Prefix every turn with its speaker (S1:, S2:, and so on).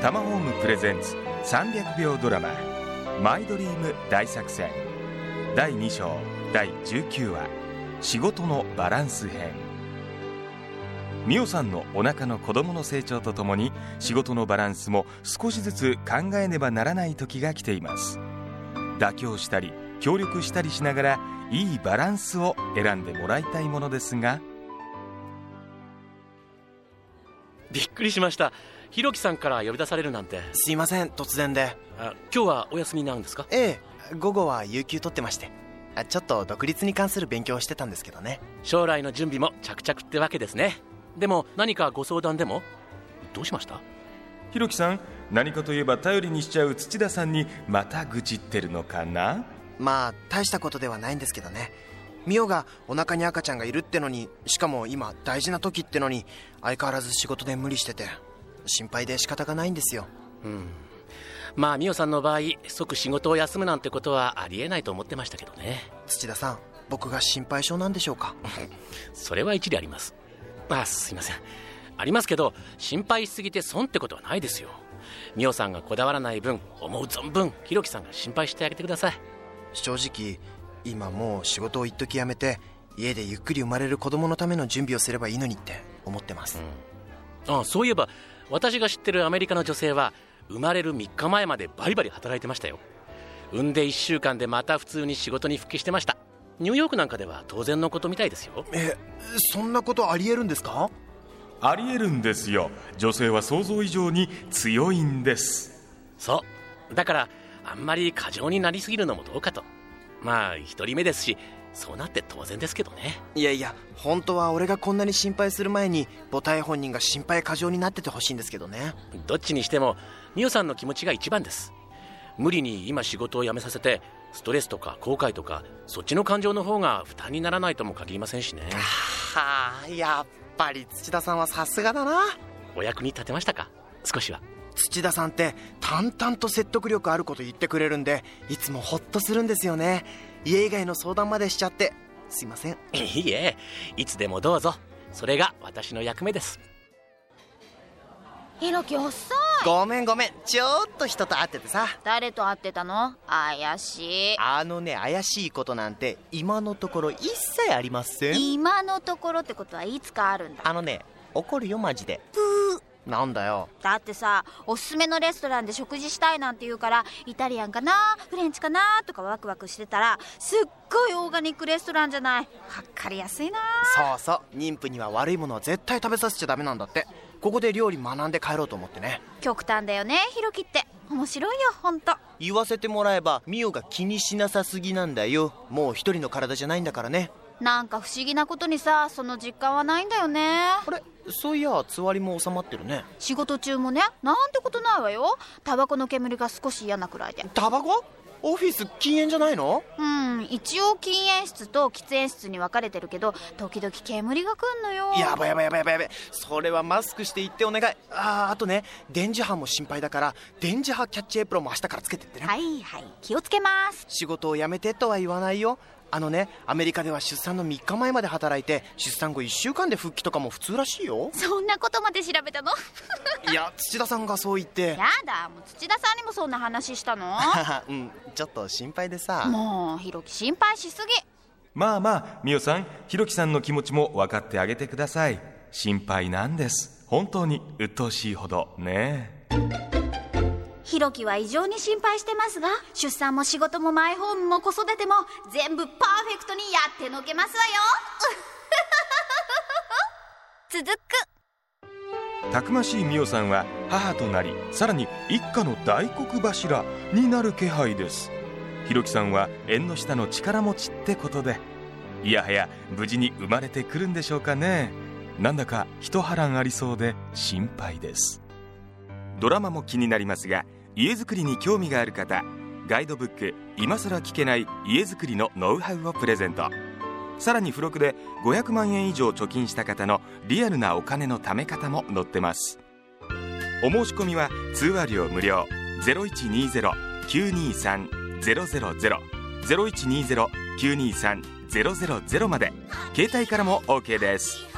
S1: タマホームプレゼンツ300秒ドラマ「マイドリーム大作戦」第2章第19話「仕事のバランス編」美桜さんのお腹の子供の成長とともに仕事のバランスも少しずつ考えねばならない時が来ています妥協したり協力したりしながらいいバランスを選んでもらいたいものですが
S2: びっくりしましたひろきさんから呼び出されるなんて
S3: すいません突然で
S2: あ今日はお休みになるんですか
S3: ええ午後は有給取ってましてあちょっと独立に関する勉強をしてたんですけどね
S2: 将来の準備も着々ってわけですねでも何かご相談でもどうしました
S1: ひろきさん何かといえば頼りにしちゃう土田さんにまた愚痴ってるのかな
S3: まあ大したことではないんですけどねミオがお腹に赤ちゃんがいるってのにしかも今大事な時ってのに相変わらず仕事で無理してて心配で仕方がないんですよ
S2: まあ美桜さんの場合即仕事を休むなんてことはありえないと思ってましたけどね
S3: 土田さん僕が心配性なんでしょう か
S2: それは一理ありますあすいませんありますけど心配しすぎて損ってことはないですよ美桜さんがこだわらない分思う存分ひろきさんが心配してあげてください
S3: 正直今もう仕事を一時やめて家でゆっくり生まれる子供のための準備をすればいいのにって思ってます、
S2: あそういえば私が知ってるアメリカの女性は生まれる3日前までバリバリ働いてましたよ産んで1週間でまた普通に仕事に復帰してましたニューヨークなんかでは当然のことみたいですよ
S3: えそんなことありえるんですか
S1: ありえるんですよ女性は想像以上に強いんです
S2: そうだからあんまり過剰になりすぎるのもどうかとまあ1人目ですしそうなって当然ですけどね
S3: いやいや本当は俺がこんなに心配する前に母体本人が心配過剰になっててほしいんですけどね
S2: どっちにしても美桜さんの気持ちが一番です無理に今仕事を辞めさせてストレスとか後悔とかそっちの感情の方が負担にならないとも限りませんしね
S3: はあやっぱり土田さんはさすがだな
S2: お役に立てましたか少しは
S3: 土田さんって淡々と説得力あること言ってくれるんでいつもホッとするんですよね家以外の相談までしちゃってすいません
S2: いいえいつでもどうぞそれが私の役目です
S4: ひろき遅い
S3: ごめんごめんちょっと人と会っててさ
S4: 誰と会ってたの怪し
S3: あのね怪しいことなんて今のところ一切ありません
S4: い今のところってことはいつかあるんだ
S3: あのね怒るよマジでなんだよ
S4: だってさおすすめのレストランで食事したいなんて言うからイタリアンかなフレンチかなとかワクワクしてたらすっごいオーガニックレストランじゃないわかりやすいな
S3: そうそう妊婦には悪いものは絶対食べさせちゃダメなんだってここで料理学んで帰ろうと思ってね
S4: 極端だよねひろきって面白いよほんと
S3: 言わせてもらえばミオが気にしなさすぎなんだよもう一人の体じゃないんだからね
S4: なんか不思議なことにさその実感はないんだよね
S3: あれそういやつわりも収まってるね
S4: 仕事中もねなんてことないわよタバコの煙が少し嫌なくらいで
S3: タバコオフィス禁煙じゃないの
S4: うん一応禁煙室と喫煙室に分かれてるけど時々煙が来んのよ
S3: やばいやばいやばいやばいやばいそれはマスクして言ってお願いあーあとね電磁波も心配だから電磁波キャッチエプロンも明日からつけてってね、
S4: はいはい気をつけます
S3: 仕事を辞めてとは言わないよあのねアメリカでは出産の3日前まで働いて出産後1週間で復帰とかも普通らしいよ
S4: そんなことまで調べたの
S3: いや土田さんがそう言って
S4: やだもう土田さんにもそんな話した の
S3: うんちょっと心配でさ
S4: もうひろき心配しすぎ
S1: まあまあ美桜さんひろきさんの気持ちも分かってあげてください心配なんです本当に鬱陶しいほどね
S4: ひろきは異常に心配してますが出産も仕事もマイホームも子育ても全部パーフェクトにやってのけますわよ 続く
S1: たくましい美桜さんは母となりさらに一家の大黒柱になる気配ですひろきさんは縁の下の力持ちってことでいやはや無事に生まれてくるんでしょうかねなんだか一波乱ありそうで心配ですドラマも気になりますが家づくりに興味がある方ガイドブック「今さら聞けない家づくりのノウハウ」をプレゼントさらに付録で500万円以上貯金した方のリアルなお金の貯め方も載ってますお申し込みは通話料無料0120-923-000 0120-923-000まで携帯からも OK です